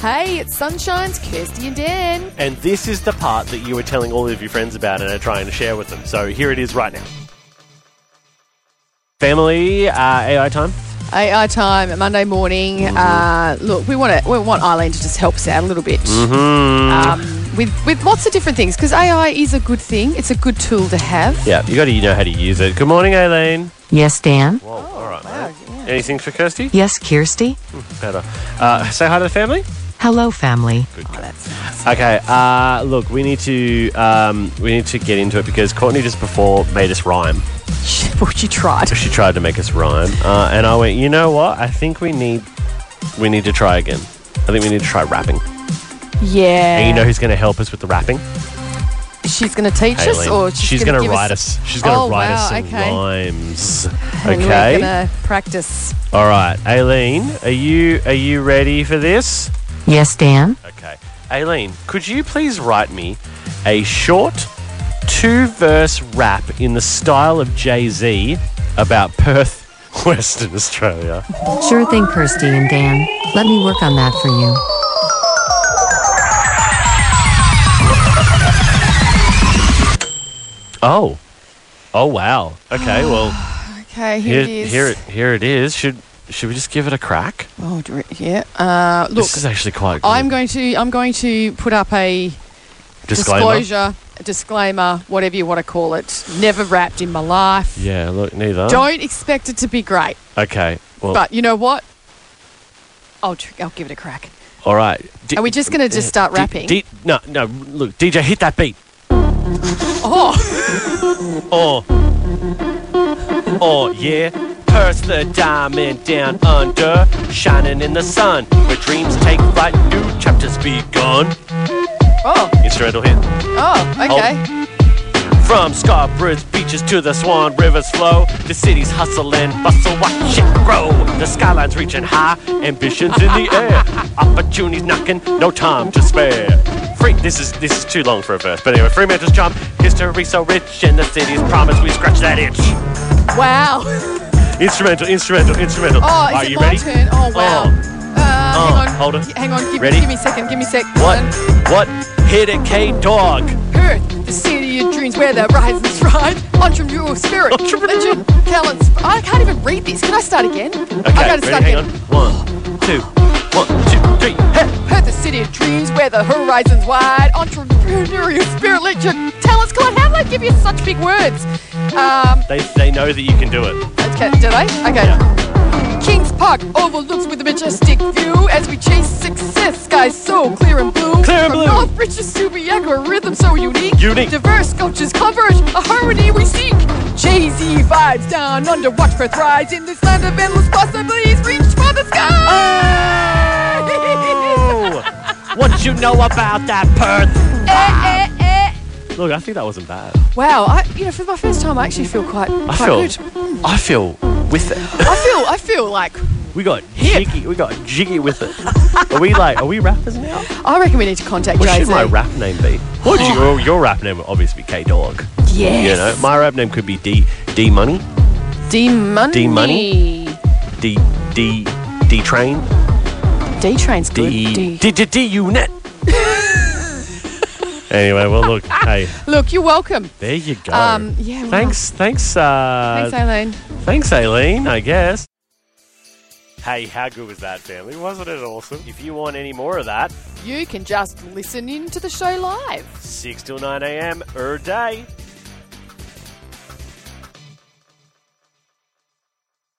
Hey, it's Sunshine's Kirsty and Dan. And this is the part that you were telling all of your friends about and are trying to share with them. So here it is right now. Family uh, AI time. AI time, Monday morning. Mm-hmm. Uh, look, we want to we want Eileen to just help us out a little bit Mm-hmm. um, with with lots of different things because AI is a good thing. It's a good tool to have. Yeah, you got to know how to use it. Good morning, Aileen. Yes, Dan. Whoa, all right, Oh, wow, mate. yeah. Anything for Kirsty? Yes, Kirsty. Better. Uh, say hi to the family. Hello, family. Oh, that's nice. Okay. Uh, look, we need to um, we need to get into it because Courtney just before made us rhyme. well, you tried. She tried to make us rhyme, uh, and I went, you know what? I think we need we need to try again. I think we need to try rapping. Yeah. And you know who's going to help us with the rapping? she's going to teach us, Aileen. or she's, she's going to oh, give write us. She's going to Oh, write us wow, some okay. rhymes. And okay. We're going to practice. All right, Aileen, are you are you ready for this? Yes, Dan. Okay. Aileen, could you please write me a short two verse rap in the style of Jay Z about Perth, Western Australia? Sure thing, Kirsty and Dan. Let me work on that for you. Oh. Oh wow. Okay, well Okay, here, here it is. here it here it is. Should should we just give it a crack? Oh, dr- yeah. Uh, look, this is actually quite good. I'm going to I'm going to put up a Disclaimer. disclosure, a disclaimer, whatever you want to call it. Never rapped in my life. Yeah, look neither. Don't expect it to be great, Okay. Well but you know what? I'll tr- I'll give it a crack. all right. D- Are we just gonna just start rapping? D- no, no, look, DJ hit that beat. Oh, Oh. Oh, yeah. Purse the diamond down under, shining in the sun. Where dreams take flight, new chapters begun. oh, Instrumental hit. oh. Okay. From Scarborough's beaches to the Swan River's flow, the city's hustle and bustle, watch it grow. The skyline's reaching high, ambitions in the air, opportunities knocking, no time to spare. Free, this is this is too long for a verse, but anyway, Fremantle's charm, history so rich, and the city's promise, we scratch that itch. Wow. Instrumental, instrumental, instrumental. Oh, is Are it you my ready? turn? Oh, wow. Uh, Oh, hang on. hold on. Y- Hang on. Give, me- Ready? give me a second. Give me a sec. What? What? Hit a K dog. Perth, the city of dreams where the horizons ride. Entrepreneurial spirit. Entrepreneurial. Legend, talents. I can't even read this. Can I start again? Okay, I gotta ready? start Hang again. on. One, two, one, two, three. Hey. Perth, the city of dreams where the horizons wide. Entrepreneurial spirit. Legend, talents. God, how did I give you such big words? Um, They, they know that you can do it. okay, did I? Okay. Kings Park overlooks with a majestic view as we chase success. Skies so clear and blue. Clear From and blue. North bridges to Bianca, a rhythm so unique. Unique. Diverse cultures converge, a harmony we seek. Jay Z vibes down under, watch for thrives in this land of endless possibilities. Reach for the sky. Oh! what you know about that Perth? Eh, eh, eh. Look, I think that wasn't bad. Wow, I, you know, for my first time, I actually feel quite, I quite feel, good. I feel with it. I feel, I feel like We got jiggy. We got jiggy with it. Are we like? Are we rappers now? I reckon we need to contact What Jay Z. should my rap name be? What would your your rap name would obviously be K Dog. Oh. Yes. You know, my rap name could be D D Money, D money. D D D D Train, D train's good. D D D D Unit. Anyway, well, look, hey, Look, you're welcome. there you go. Um, yeah, wow. Thanks, thanks, uh, Thanks, Eileen. thanks, Aileen. I guess. Hey, how good was that, family? Wasn't it awesome? If you want any more of that, You can just listen in to the show live. six till nine a.m. er day.